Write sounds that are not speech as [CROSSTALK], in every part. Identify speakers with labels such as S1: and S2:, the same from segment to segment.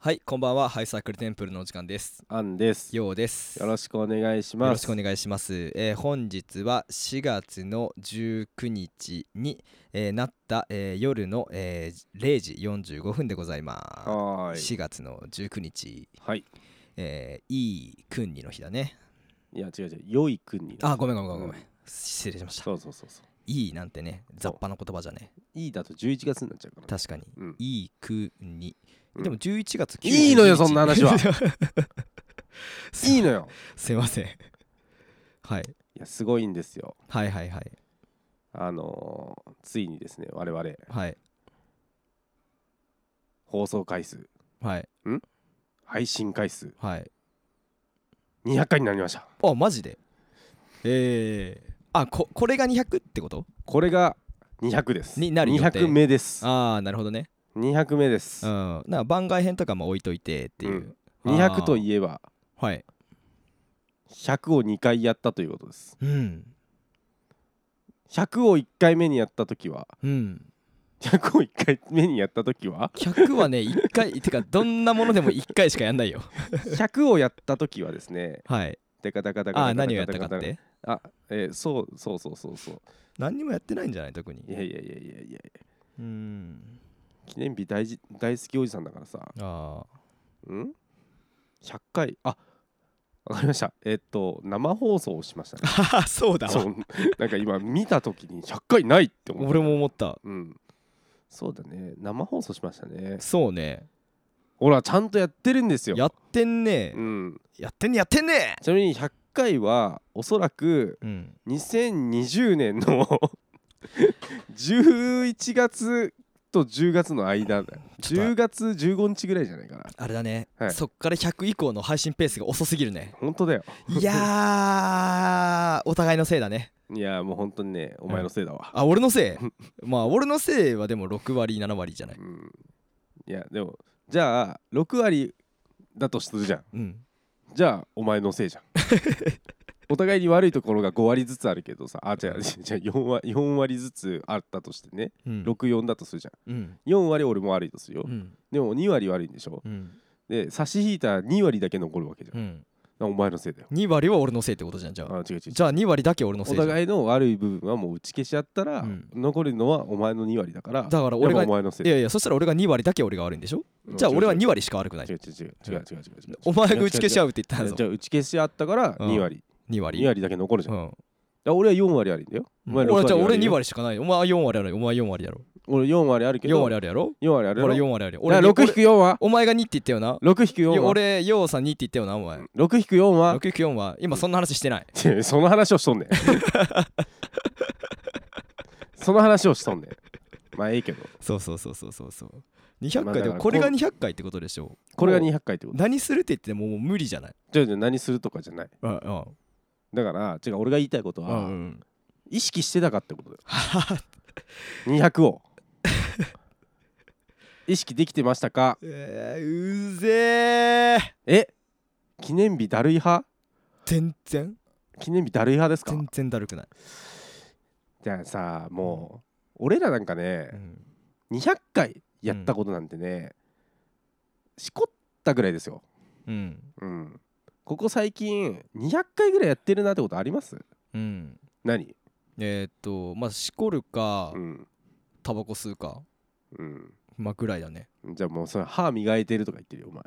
S1: はいこんばんはハイサークルテンプルのお時間です
S2: アンです。よ
S1: ようです
S2: ろしくお願いし
S1: よ
S2: ま
S1: ろ
S2: す。
S1: しくお願いします、えー本日は4月の19日に、えーなった、えー夜の、えー0時45分でございま
S2: は
S1: す
S2: ー
S1: 4
S2: い。
S1: 月の19日、
S2: はい。
S1: えーいい訓にの日だね
S2: いや違う違う。良い国に。
S1: あごめんごめんごめん、
S2: うん
S1: 失礼しました
S2: そうそうそうそう。
S1: いいなんてね雑把な言葉じゃね
S2: いいだと11月になっ
S1: [LAUGHS]
S2: ちゃうからね。
S1: 確かに
S2: うん。
S1: いい国
S2: うん
S1: でも11月9
S2: いいのよそんな話は
S1: す
S2: いいのよ。
S1: [LAUGHS] すいません、はい、
S2: いやすごいんですよ。
S1: はいはいはい
S2: あのーついにですね我々
S1: はい
S2: 放送回数
S1: はい
S2: 配信回数
S1: はい
S2: 200回になりました。
S1: あマジでえー、あここれが200ってこと
S2: これが200です。
S1: になる予定
S2: 200目です。
S1: ああなるほどね
S2: 200目で
S1: う
S2: す。
S1: んなんか番外編とかも置いといてっていう、
S2: 200と
S1: え
S2: いえば
S1: はい
S2: 100を2回やったということです。
S1: うん
S2: 100を1回目にやった時は
S1: うん
S2: 100を1回目にやった時は
S1: 100はね1回 [LAUGHS] てかどんなものでも1回しかやんないよ
S2: 100をやった時はですね
S1: はい
S2: テカタカタカ
S1: あ
S2: タ
S1: あ
S2: カタ
S1: 何
S2: カタ
S1: をやったかって
S2: あ、えーそうそうそうそうそう
S1: 何にもやってないんじゃない特に
S2: いやいやいやいやいや
S1: うん
S2: 記念日大事大好きおじさんだからさ
S1: ああ
S2: うん100回あわかりましたえっと生放送をしましたね
S1: [LAUGHS] あそうだわ
S2: そうなんか今見た時に100回ないって思った
S1: 俺も思った
S2: うんそうだね生放送しましたね
S1: そうね
S2: ほらちゃんとやってるんですよ
S1: やってんね
S2: うん
S1: やってんねやってんね
S2: ちなみに100回はおそらく
S1: うん
S2: 2020年の [LAUGHS] 11月と10月の間だよ
S1: ちょっと
S2: 10月15日ぐらいじゃないかな
S1: あれだね、
S2: はい
S1: そっから100以降の配信ペースが遅すぎるね
S2: 本当だよ
S1: いやーお互いのせいだね
S2: いやもう本当にねお前のせいだわ、
S1: あ俺のせい
S2: [LAUGHS]
S1: まあ俺のせいはでも6割7割じゃない
S2: うん、いやでもじゃあ6割だとするじゃん
S1: うん
S2: じゃあお前の
S1: [LAUGHS]
S2: せいじゃんお互いに悪いところが5割ずつあるけどさあじゃあじゃあ4割4割ずつあったとしてね
S1: うん
S2: 64だとするじゃん
S1: うん
S2: 4割俺も悪いとするよ、
S1: うん
S2: でも2割悪いんでしょ
S1: うん
S2: で差し引いた2割だけ残るわけじゃん
S1: うん
S2: あお前のせいだよ。
S1: 2割は俺のせいってことじゃんじゃあ
S2: あ違う違う違う
S1: じゃあ2割だけ俺のせ
S2: お
S1: いじゃん
S2: 互いの悪い部分はもう打ち消し合ったら、
S1: うん
S2: 残るのはお前の2割だから
S1: だから俺が
S2: やっぱお前のせい
S1: いやいやそしたら俺が2割だけ俺が悪いんでしょ
S2: うん
S1: じゃあ
S2: 違う
S1: 俺は
S2: 違う
S1: 2割しか悪くない
S2: 違う違う違う違う違う違う違う
S1: お前が打ち消し合
S2: う
S1: うって言ったんだ
S2: じ
S1: ぞ
S2: ゃあ打ち消し合ったから
S1: うん
S2: 2割、
S1: 2割
S2: 二2割だけ残るじゃん、
S1: う
S2: だか
S1: ん
S2: ら俺は4割あるんだよ、お前
S1: 俺はじゃあ
S2: 六
S1: 俺
S2: 割
S1: 2
S2: よ
S1: 割しかないお前は4割あるお前は4割やろ
S2: 俺4割あるけ
S1: 4
S2: ど
S1: 割あるやろ
S2: 4割ある
S1: 俺
S2: よ
S1: は4割あるよ
S2: 俺
S1: 俺
S2: 6引く4は
S1: お前が2って言ったよな
S2: 6引く
S1: い
S2: 4
S1: や
S2: は
S1: 俺ようさん2って言ったよなお前
S2: 6引く4は
S1: 6 4は今そんな話してない
S2: 違うその話をしとんね
S1: [LAUGHS]
S2: んその話をしとんねんまあええけど
S1: そうそうそうそうそうそう200
S2: まあだ
S1: 回
S2: か
S1: で
S2: ら
S1: もこれが
S2: こう
S1: 200回ってことでしょ
S2: これが
S1: もう
S2: 200回ってこと
S1: 何するって言ってももう無理じゃない
S2: じゃあじゃあ何するとかじゃない
S1: うんうん
S2: だから違う俺が言いたいこと
S1: う
S2: は、
S1: んうん
S2: 意識してたかってことだよ200を意識できてましたか
S1: [LAUGHS] えーうぜー
S2: え記念日だるい派
S1: 全然
S2: 記念日だるい派ですか
S1: 全然だるくない
S2: じゃあさもう俺らなんかね
S1: うん
S2: 200回やったことなんてね、しこったぐらいですよ
S1: うん
S2: うんここ最近200回ぐらいやってるなってことあります
S1: うん
S2: 何
S1: えーっとまあしこるか
S2: うん
S1: タバコ吸うか
S2: うん
S1: まあぐらいだね
S2: じゃあもうそれ歯磨いてるとか言ってるよ
S1: [LAUGHS]
S2: お前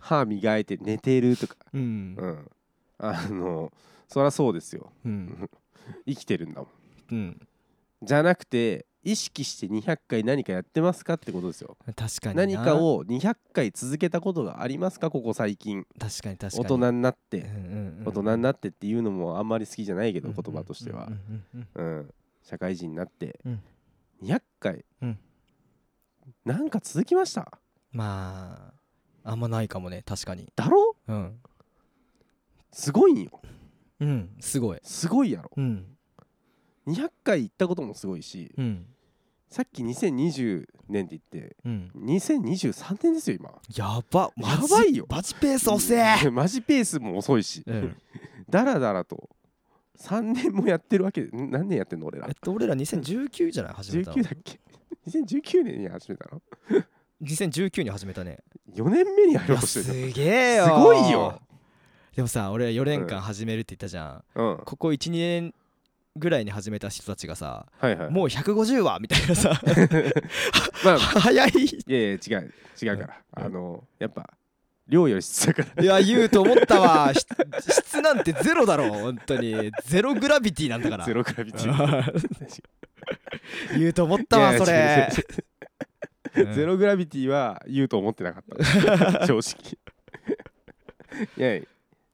S2: 歯磨いて寝てるとか
S1: うん
S2: うん、あのそりゃそうですよ
S1: うん
S2: 生きてるんだも
S1: うん
S2: んじゃなくて意識して200回何かやってますかってことですよ
S1: 確かにな
S2: 何かを200回続けたことがありますかここ最近
S1: 確かに確か
S2: 大
S1: に
S2: 人になって、大
S1: 大
S2: 人になってっていうのもあんまり好きじゃないけど、言葉としては
S1: う、んうんうん
S2: うん社会人になって、
S1: うん
S2: 200回、
S1: うん
S2: なんか続きました
S1: まああんまないかもね確かに
S2: だろ
S1: うん
S2: すごいんよ
S1: うんすごい
S2: すごいやろ
S1: うん
S2: 200回行ったこともすごいし、
S1: うん
S2: さっき2020年って言って
S1: うん
S2: 2023年ですよ今
S1: やばマジ
S2: やばいよ
S1: マジペース遅え
S2: [LAUGHS] マジペースも遅いし、
S1: うん
S2: だらだらと3年もやってるわけでん何年やってんの俺ら
S1: えっと俺ら2019じゃない始めたの
S2: 19だっけ2019年に始めたの
S1: 2019に始めたね
S2: 4年目にや
S1: い
S2: ろう
S1: や
S2: としてる
S1: すげえよ
S2: すごいよ
S1: でもさ俺4年
S2: う
S1: 間始めるって言ったじゃん、
S2: うんは
S1: ここ12年ぐらいに始めた人たちがさ
S2: いはい
S1: もう150話みたいなさ
S2: まあ
S1: 早い
S2: いやいや違う違うから
S1: うん
S2: あのやっぱ量より質だから
S1: いや言うと思ったわ質質なんてゼロだろ本当にゼログラビティなんだから
S2: [LAUGHS] ゼログラビティ
S1: 言うと思ったわ
S2: いや
S1: それうん
S2: [LAUGHS] ゼログラビティは言うと思ってなか
S1: [LAUGHS]
S2: った正直いやい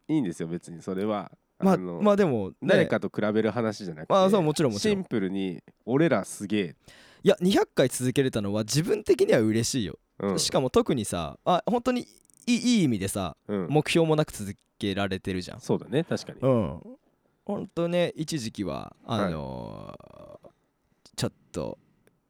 S2: いんですよ別にそれは
S1: まあ
S2: あの
S1: まあでもね
S2: 誰かと比べる話じゃなくて
S1: まあそうもちろんもちろん
S2: シンプルに俺らすげえ、
S1: いや200回続けれたのは自分的には嬉しいよ、
S2: うん、
S1: しかも特にさあ本当にいいいい意味でさ
S2: うん
S1: 目標もなく続けられてるじゃん
S2: そうだね確かに
S1: うん本当ね一時期はあのーちょっと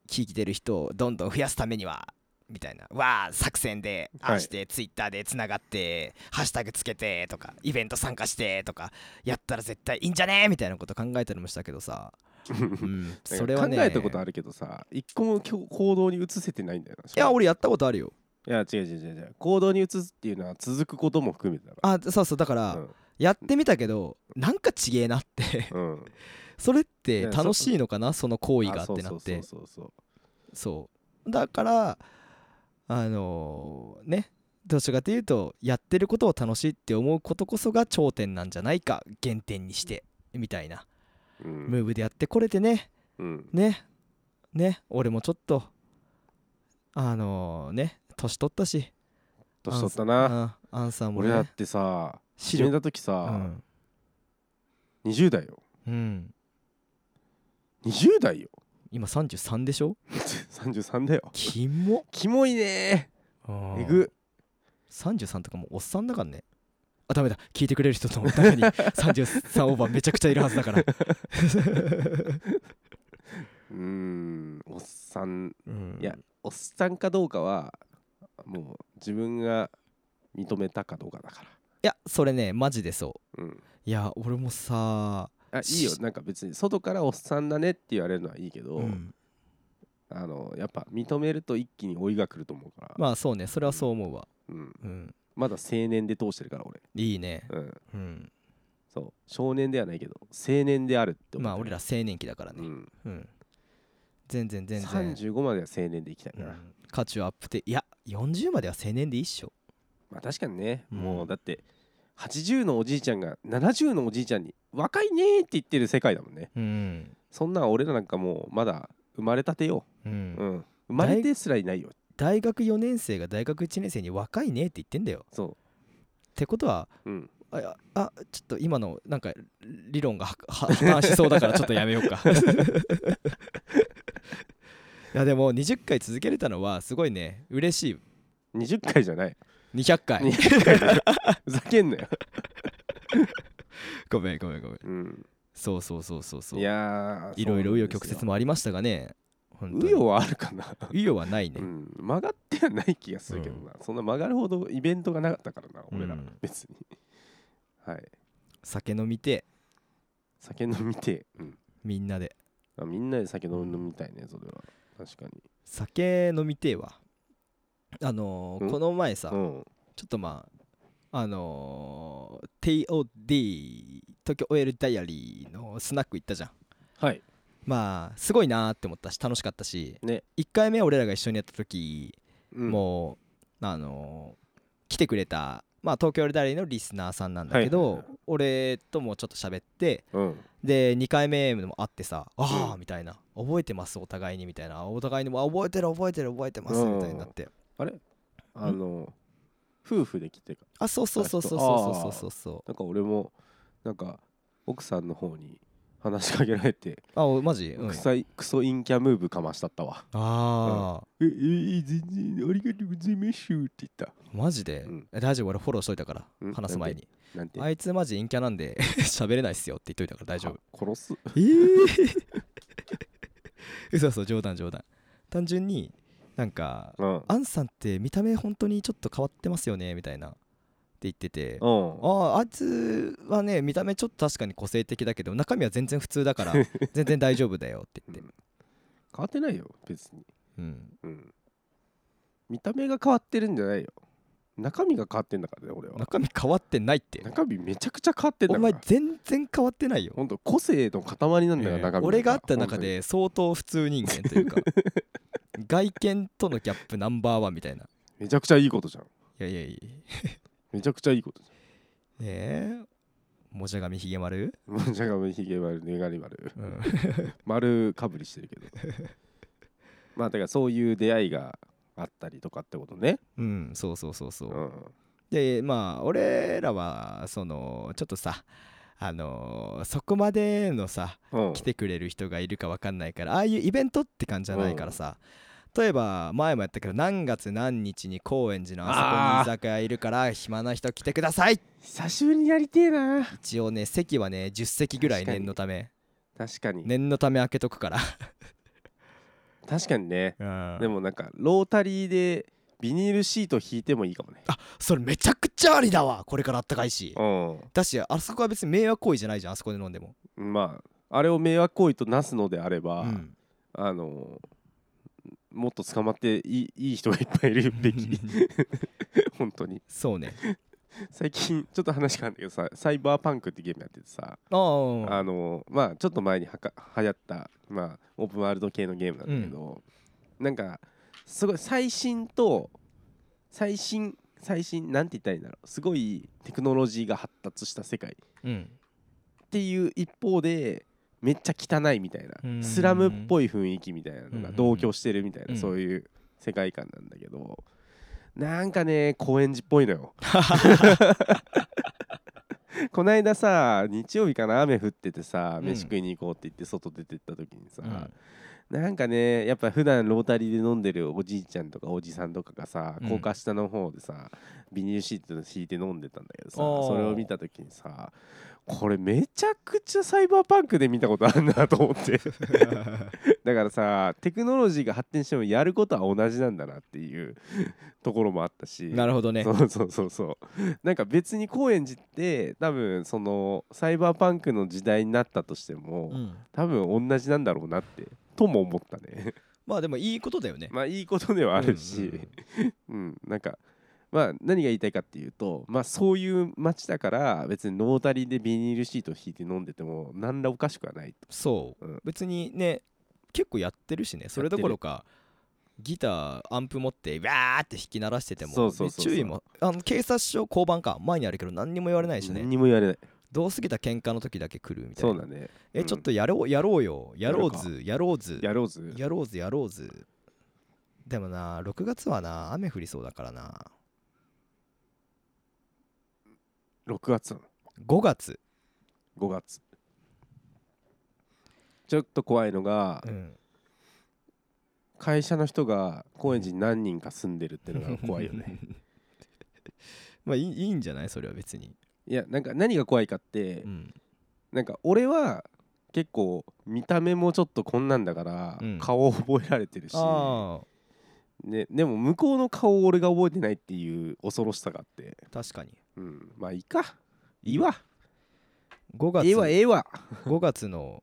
S1: 聞いてる人をどんどん増やすためにはみたいなわあ作戦で
S2: はい
S1: ああしてツイッターでつながってハッシュタグつけてとかイベント参加してとかやったら絶対いいんじゃねみたいなこと考えたりもしたけどさ、う
S2: [LAUGHS]
S1: ん、それはね
S2: 考えたことあるけどさ一個も行行動に移せてないんだよない
S1: や俺やったことあるよ
S2: いや違う違う違う違う行動に移すっていうのは続くことも含めてだか
S1: あそうそうだからら、
S2: うん
S1: やってみたけどなんかちげえなって [LAUGHS]
S2: うん
S1: それって
S2: ね
S1: 楽しいのかなその行為が
S2: あ
S1: っ
S2: そう
S1: てな
S2: そ
S1: っ
S2: うそ
S1: て
S2: うそうそう
S1: そうだからあのーねどちらかというとやってることを楽しいって思うことこそが頂点なんじゃないか原点にしてみたいな
S2: う
S1: ム
S2: ん、
S1: ーブでやってこれてね
S2: うん、
S1: ねね俺もちょっとあのーね年取ったし
S2: 年取った
S1: う
S2: なん
S1: アンさんも
S2: 俺だ
S1: ね
S2: ってさ
S1: 視
S2: 始め
S1: 力
S2: た時
S1: う
S2: さ、
S1: ん、
S2: 20代よ
S1: うん、
S2: 20代よ [LAUGHS]
S1: 今33でしょ
S2: 33だよ
S1: キモ
S2: キモいね
S1: え
S2: えぐ
S1: 33とかもうおっさんだからねあダメだ聞いてくれる人のた [LAUGHS] めに33オーバーめちゃくちゃいるはずだから [LAUGHS]
S2: うーんおっさん
S1: うん
S2: いやおっさんかどうかはもう自分が認めたかどうかだか
S1: いやそれねマジでそ
S2: らうん
S1: ういや俺もさ、
S2: あいいよ
S1: し
S2: なんか別に外からおっさんだねって言われるのはいいけど、
S1: うん
S2: あのやっぱ認めると一気に老いが来ると思うから、
S1: まあそうねそれはそう思うわ、
S2: うん、
S1: うん、
S2: まだ青年で通してるから俺、
S1: いいね、
S2: うん、
S1: うん、
S2: そう少年ではないけど青年であるって思
S1: まあ
S2: って
S1: 俺
S2: る
S1: ら青年期だから
S2: う
S1: ね、
S2: ん、
S1: うん全然全然、
S2: 35までは青年でいきたいうな、
S1: ん、価値をアップでいや40までは青年でいいっしょ
S2: まあ確かにね、
S1: うん
S2: もうだって80のおじいちゃんが70のおじいちゃんに「若いね」って言ってる世界だもんね
S1: うん、
S2: そんなん俺らなんかもうまだ生まれたてよ、
S1: うん
S2: うん、生まれてすらいないよ
S1: 大学4年生が大学1年生に若いねって言ってんだよ
S2: そ
S1: ってことは
S2: う、うん、
S1: あいやあちょっと今のなんか理論がはは破綻しそうだからちょっとやめようか [LAUGHS] いやでも20回続けれたのはすごいね嬉し
S2: 20回じゃない
S1: い200回
S2: 20回だよふざけんなよ、
S1: ごめんごめんごめん
S2: うん、
S1: そうそうそうそうそう
S2: い
S1: い
S2: やー
S1: ろいろ紆余曲折
S2: も
S1: もありましたがね本当に
S2: 紆余はあるかな、
S1: 紆余はないね、
S2: うん、曲がってはない気がするけどな、そんな曲がるほどイベントがなかったからな俺ら、
S1: うん
S2: 別にはい
S1: 酒飲みて
S2: 酒飲みてえ、うん
S1: みんなで
S2: あ、みんなで酒飲みたいねそれは確かに
S1: 酒飲みてえわあのー
S2: うん
S1: この前さ、
S2: うん
S1: ちょっとまああのー TOD 東京 OL ダイアリーのスナック行ったじゃん
S2: はい
S1: まあすごいなーって思ったし楽しかったし、
S2: ね
S1: 1回目俺らが一緒にやった時、
S2: うん
S1: もうあのー来てくれたまあ東京 OL ダイアリーのリスナーさんなんだけど、
S2: はいはいはい
S1: 俺ともちょっと喋って
S2: うん
S1: で2回目も会ってさ「ああ」
S2: うん
S1: みたいな「覚えてますお互いに」みたいなあ「お互いにもあ覚えてる覚えてる覚えてます」
S2: うん
S1: みたいになって
S2: あの夫婦で来てか
S1: 「あそうそうそうそうそうそうそうそう
S2: なんか俺もなんか奥さんの方に話しかけられて、
S1: あおマジ、うん
S2: クサイクソインキャムーブかましたったわ
S1: ああ、
S2: えええ全然ありがとうございますって言った
S1: マジで、
S2: うん
S1: え大丈夫俺フォローしといたから、
S2: うん
S1: 話す前に
S2: なんて
S1: あいつマジ陰キャなんで [LAUGHS] 喋れないっすよって言っといたから大丈夫
S2: は殺す
S1: えー、 [LAUGHS] 嘘嘘冗談冗談単純になんか
S2: うん
S1: 「アンさんって見た目本当にちょっと変わってますよね」みたいなって言ってて
S2: う
S1: あ
S2: ん
S1: ああいつはね見た目ちょっと確かに個性的だけど中身は全然普通だ
S2: [LAUGHS]
S1: から全然大丈夫だよって言って、
S2: 変わってないよ別に、
S1: うん、
S2: うん、見た目が変わってるんじゃないよ中身が変わってんだからね俺は
S1: 中身変わってないって
S2: 中身めちゃくちゃ変わってんだ
S1: お
S2: から
S1: 前全然変わってないよ
S2: 本当個性の塊なんだよ、
S1: ええ
S2: 中身
S1: 俺があった中で相当普通人間というか [LAUGHS] 外見とのギャップナンバーワンみたいな
S2: 本当にめちゃくちゃいいことじゃん
S1: いやいやいやね
S2: めちゃくちゃいいことじ
S1: えもじゃがみひげ丸、
S2: ゃんもんじゃがみひげ丸ねがり丸 [LAUGHS]
S1: うん、
S2: 丸かぶりし
S1: [LAUGHS]
S2: てるけどまあだからそういう出会いがあったりとかってことね
S1: うん、そうそうそうそうう、
S2: ん
S1: でまあ俺らはそのちょっとさあのーそこまでのさ
S2: うん
S1: 来てくれる人がいるか分かんないからああいうイベントって感じじゃないからさ、例えば前もやったけど何月何日に高円寺のあそこに居酒屋いるから暇な人来てください
S2: 久しぶりにやりてえな
S1: 一応ね席はね10席ぐらい
S2: 確かに
S1: 念のため
S2: 確かに、
S1: 念のため開けとくから、
S2: 確かにね
S1: うん、
S2: でもなんかロータリーでビニールシート引いてもいいかもね
S1: それめちゃくちゃありだわこれからあったかいし
S2: う
S1: だしあそこは別に迷惑行為じゃないじゃんあそこで飲んでも、
S2: んまああれを迷惑行為となすのであれば、
S1: うん、
S2: あのもっと捕まっていいいい人がいっぱいいるべ
S1: [LAUGHS]
S2: き本当に
S1: そうね
S2: 最近ちょっと話変わるんだけどさサイバーパンクってゲームやっててさ、
S1: ああ
S2: [LAUGHS] あのまあちょっと前にはか流行った、まあ、オープンワールド系のゲームなんだけど、なんかすごい最新と最新最新なんて言ったらいいんだろうすごいテクノロジーが発達した世界
S1: うん
S2: っていう一方でめっちゃ汚いみたい
S1: うん
S2: なスラムっぽい雰囲気みたいなのが
S1: うん
S2: 同居してるみたい
S1: うん
S2: なそういう世界観なんだけどなんかね高円寺っぽい
S1: [LAUGHS]
S2: のよ。こないださ日曜日かな雨降っててさ
S1: うん
S2: 飯食いに行こうって言って外出てった時にさ、
S1: うん
S2: [LAUGHS] なんかねやっぱ普段ロータリーで飲んでるおじいちゃんとかおじさんとかがさ
S1: うん
S2: 高架下の方でさビニールシート敷いて飲んでたんだけどさ
S1: おー
S2: それを見た時にさこれめちゃくちゃサイバーパンクで見たことあるなと思って [LAUGHS] だからさテクノロジーが発展してもやることは同じなんだなっていう [LAUGHS] ところもあったし
S1: なるほどね
S2: そうそうそうそうなんか別に高円寺って多分そのサイバーパンクの時代になったとしても、
S1: うん
S2: 多分同じなんだろうなってとも思ったね
S1: まあでもいいことだよね
S2: まあいいことではあるし、うんなんかまあ何が言いたいかっていうとまあそういう街だから別にノータリーでビニールシート引いて飲んでても何らおかしくはないと
S1: そう、
S2: うん
S1: 別にね結構やってるしねそれどころかギターアンプ持ってわーって弾き鳴らしてても
S2: そうそうそうそう
S1: 注意もあの警察署交番か前にあるけど何にも言われないし
S2: 何
S1: ね
S2: にも言われない
S1: どうすぎた喧嘩の時だけ来るみたい
S2: そ
S1: な
S2: うだね
S1: え
S2: うん
S1: ちょっとやろうやろうよやろう
S2: や
S1: ずやろうず
S2: やろうず
S1: やろうずやろうずでもな6月はな雨降りそうだからな
S2: 6月なの
S1: 5月
S2: 5月ちょっと怖いのが、
S1: うん
S2: 会社の人が高円寺に何人か住んでるって
S1: [LAUGHS]
S2: のが怖いよね
S1: まあいいいいんじゃないそれは別に
S2: いやなんか何が怖いかって、
S1: うん
S2: なんか俺は結構見た目もちょっとこんなんだから、
S1: うん
S2: 顔を覚えられてるし、
S1: ああ
S2: ね、でも向こうの顔を俺が覚えてないっていう恐ろしさがあって、
S1: 確かに
S2: うん、まあいいかいいわ
S1: 5月
S2: ええわええわ
S1: 5月の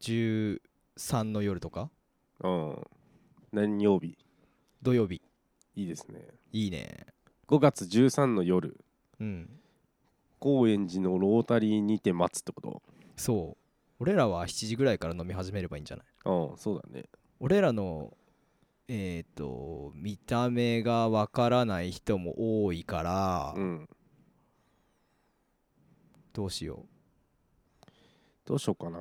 S1: 13の夜とか
S2: うん何曜日
S1: 土曜日
S2: いいですね
S1: いいね
S2: 5月13の夜
S1: うん
S2: 高円寺のロータリーにて待つってこ
S1: そう俺らは7時ぐらいから飲み始めればいいんじゃない
S2: とうんそうだね
S1: 俺らのえっ、と見た目がわからない人も多いから、
S2: うん
S1: どうしよ
S2: どうしようかな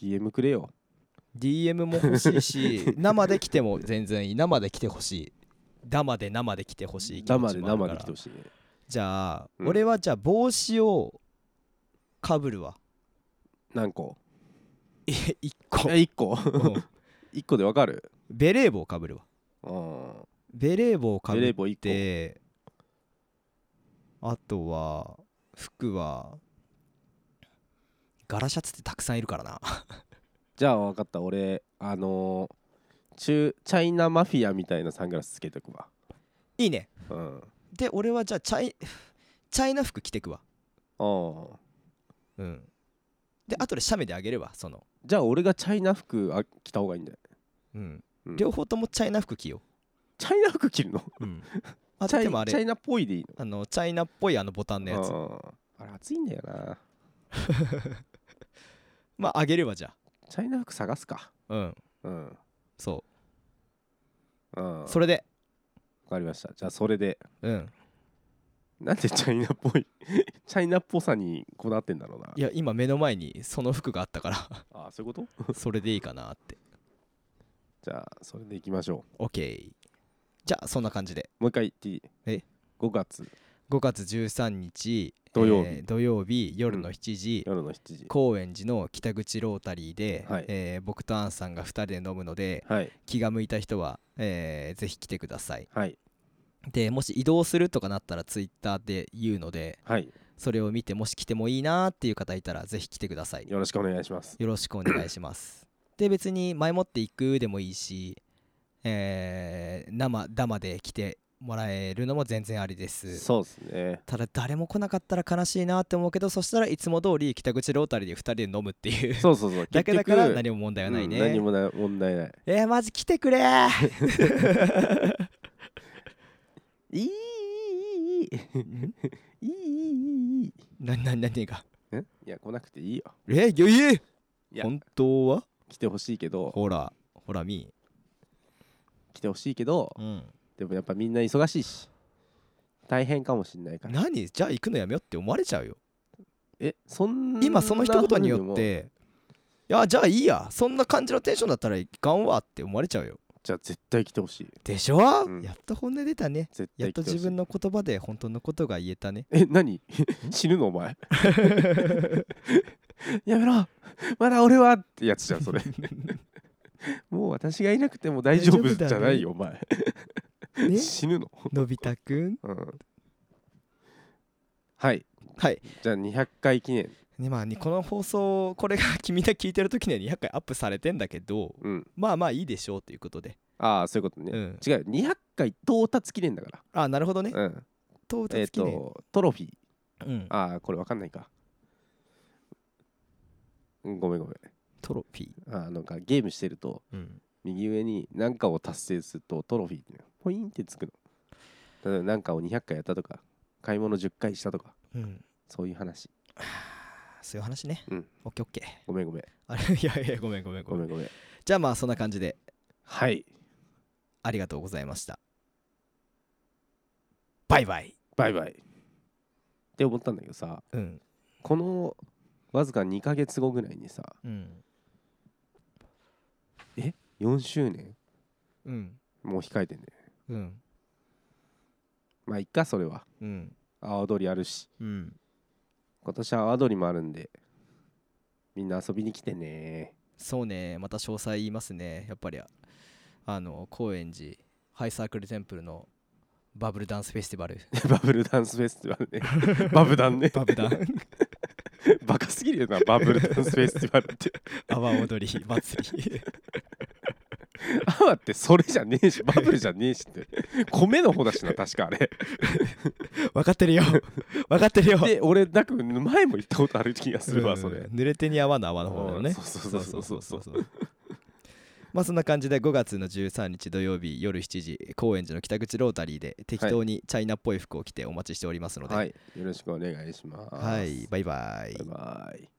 S2: DM くれよ
S1: う DM も欲しいし
S2: [LAUGHS]
S1: 生で来ても全然いい生で来てほしい生で生で来てほしい気持
S2: 生
S1: ち
S2: で
S1: もある
S2: 生
S1: か
S2: で
S1: ら
S2: 来てほしいね
S1: じゃあ、
S2: うん
S1: 俺はじゃあ帽子をかぶるわ [LAUGHS]
S2: 何個
S1: え1個
S2: [LAUGHS] え1個
S1: うん
S2: 1個でわかる
S1: ベレー帽かぶるわ
S2: うん
S1: ベレー帽か
S2: ベレ
S1: ぶ
S2: ー帽
S1: っ
S2: 一個
S1: てあとは服は柄シャツってたくさんいるからな [LAUGHS]
S2: じゃあ分かった俺あのー中チャイナマフィアみたいなサングラスつけとくわ
S1: いいね
S2: うんうん
S1: で俺はじゃあチャイチャイナ服着てくわうんであとで写メであげるわその
S2: じゃあ俺がチャイナ服あ着た方がいいんじゃない
S1: うん
S2: うん
S1: 両方ともチャイナ服着よ
S2: チャイナ服着るの
S1: う、あ
S2: チャイ
S1: でもあ
S2: チャ
S1: れ
S2: イナっぽいでいい
S1: あのチャイナっぽいあのボタンの
S2: の
S1: やつ
S2: あーあれ暑いんだよな
S1: まああげればじゃ
S2: チャイナ服探すか
S1: あうん
S2: うん
S1: そ
S2: うん
S1: うそれで
S2: わかりましたじゃあそれで
S1: うん
S2: なんでチャイナっぽい [LAUGHS] チャイナっぽさにこだわってんだろうない
S1: や今目の前にその服があったから [LAUGHS]
S2: あーそういうこと
S1: それでいいかなって
S2: じゃあそれでいきましょ
S1: OK じゃあそんな感じで
S2: うもう一回言っていい
S1: え
S2: 5月
S1: 5月13日
S2: 土曜日
S1: えー土曜日夜の7時、
S2: 夜の7時
S1: 高円寺の北口ロータリーで、
S2: はい
S1: えー僕とアンさんが2人で飲むので
S2: はい
S1: 気が向いた人は、えーぜひ来てください
S2: はい
S1: でもし移動するとかなったらツイッターで言うので
S2: はい
S1: それを見てもし来てもいいなっていう方いたらぜひ来てください
S2: よろしくお願いします
S1: よろしくお願いしますで別に前もって行くでもいいし、えー生ダマで来てもらえるのも全然ありです
S2: そうですね
S1: ただ誰も来なかったら悲しいなって思うけどそしたらいつも通り北口ロータリーで2人で飲むっていう
S2: そうそうそう
S1: [LAUGHS] だけだ
S2: [LAUGHS] 結
S1: か
S2: 局
S1: ら何も問題はないね、
S2: うん何もな問題ない
S1: えー、マジ来てくれ [LAUGHS] ー
S2: いいいいいい
S1: ん
S2: いいいいいいい
S1: なな何が
S2: [LAUGHS] えいや来なくていいよ
S1: え余裕
S2: いや
S1: 本当は
S2: 来てほしいけど
S1: ほらほらみ
S2: 来てほしいけど
S1: ー、うん、
S2: でもやっぱみんな忙しいし大変かもしんないから
S1: 何じゃあ行くのやめようって思われちゃうよ
S2: えそんな
S1: 今その一言に
S2: 風
S1: よっ
S2: も
S1: ていやじゃあいいやそんな感じのテンションだったらいかんわって思われちゃうよ
S2: じゃあ絶対来てほしい
S1: でしょ、
S2: うん
S1: やっと本音出たね
S2: 絶
S1: やっと
S2: 対来てほしい
S1: 自分の言葉で本当のことが言えた [LAUGHS] ね
S2: え何 [LAUGHS] 死ぬのお前 [LAUGHS] やめろまだ俺はってやつじゃんそれ [LAUGHS] もう私がいなくても大丈
S1: 大
S2: 夫
S1: 丈夫だ
S2: じ
S1: ね
S2: ゃないよお前
S1: ね
S2: [LAUGHS] 死ぬの、
S1: のび太くん
S2: うん、はい
S1: はい、
S2: じゃあ200回記念
S1: ねまあ、にこの放送これが君が聞いてる時には200回アップされてんだけど
S2: うん
S1: まあまあいいでしょうということで、
S2: ああそういうことね、
S1: うん、
S2: 違うよ200回到達記念だか
S1: あなるほどね
S2: らうん
S1: 到
S2: えっ、
S1: 達記念、
S2: とトロフィー
S1: うん、
S2: ああこれわかんないかうんごめんごめん
S1: トロフィー、
S2: あーなんかゲームしてると
S1: うん、
S2: 右上に何かを達成するとトロフィーっていうのがポインってつくの例えば何かを200回やったとか買い物10回したとか
S1: うん、
S2: そういう話
S1: そういう話ね、
S2: うん、
S1: オッケーオッケー
S2: ごめんごめん
S1: あれ [LAUGHS] いやいやごめんごめんご
S2: ご
S1: めん
S2: めんごめん
S1: じゃあまあそんな感じで
S2: はい
S1: ありがとうございましたバイバイ
S2: バイバイって思ったんだけどさ
S1: うん
S2: このわずか2ヶ月後ぐらいにさ
S1: うん
S2: 4周年
S1: うん
S2: もう控えてんね
S1: うん
S2: まあいっかそれは
S1: うん
S2: 阿波踊りあるし
S1: うん
S2: 今年は阿波踊りもあるんでみんな遊びに来てね [LAUGHS]
S1: そうねまた詳細言いますねやっぱりああの高円寺ハイサークルテンプルのバブルダンスフェスティバル
S2: バブルダンスフェスティバルねバブダンね
S1: バブダン
S2: バカすぎるよなバブルダンスフェスティバルって
S1: [LAUGHS] 阿波踊り祭 [LAUGHS] り
S2: アワってそれじゃねえしバブルじゃねえしって米の方だしな確かあ [LAUGHS] れ
S1: 分かって [LAUGHS] るよ分かってるよ
S2: で俺だく前も言ったことある気がするわ
S1: うん
S2: それ
S1: 濡れ手に泡の泡の方だよね
S2: うんそうそうそうそうそう
S1: そう [LAUGHS] まあそんな感じで5月の13日土曜日夜7時高円寺の北口ロータリーで適当にチャイナっぽい服を着てお待ちしておりますので
S2: はいよろしくお願いします
S1: はいバイバイ
S2: バイバイ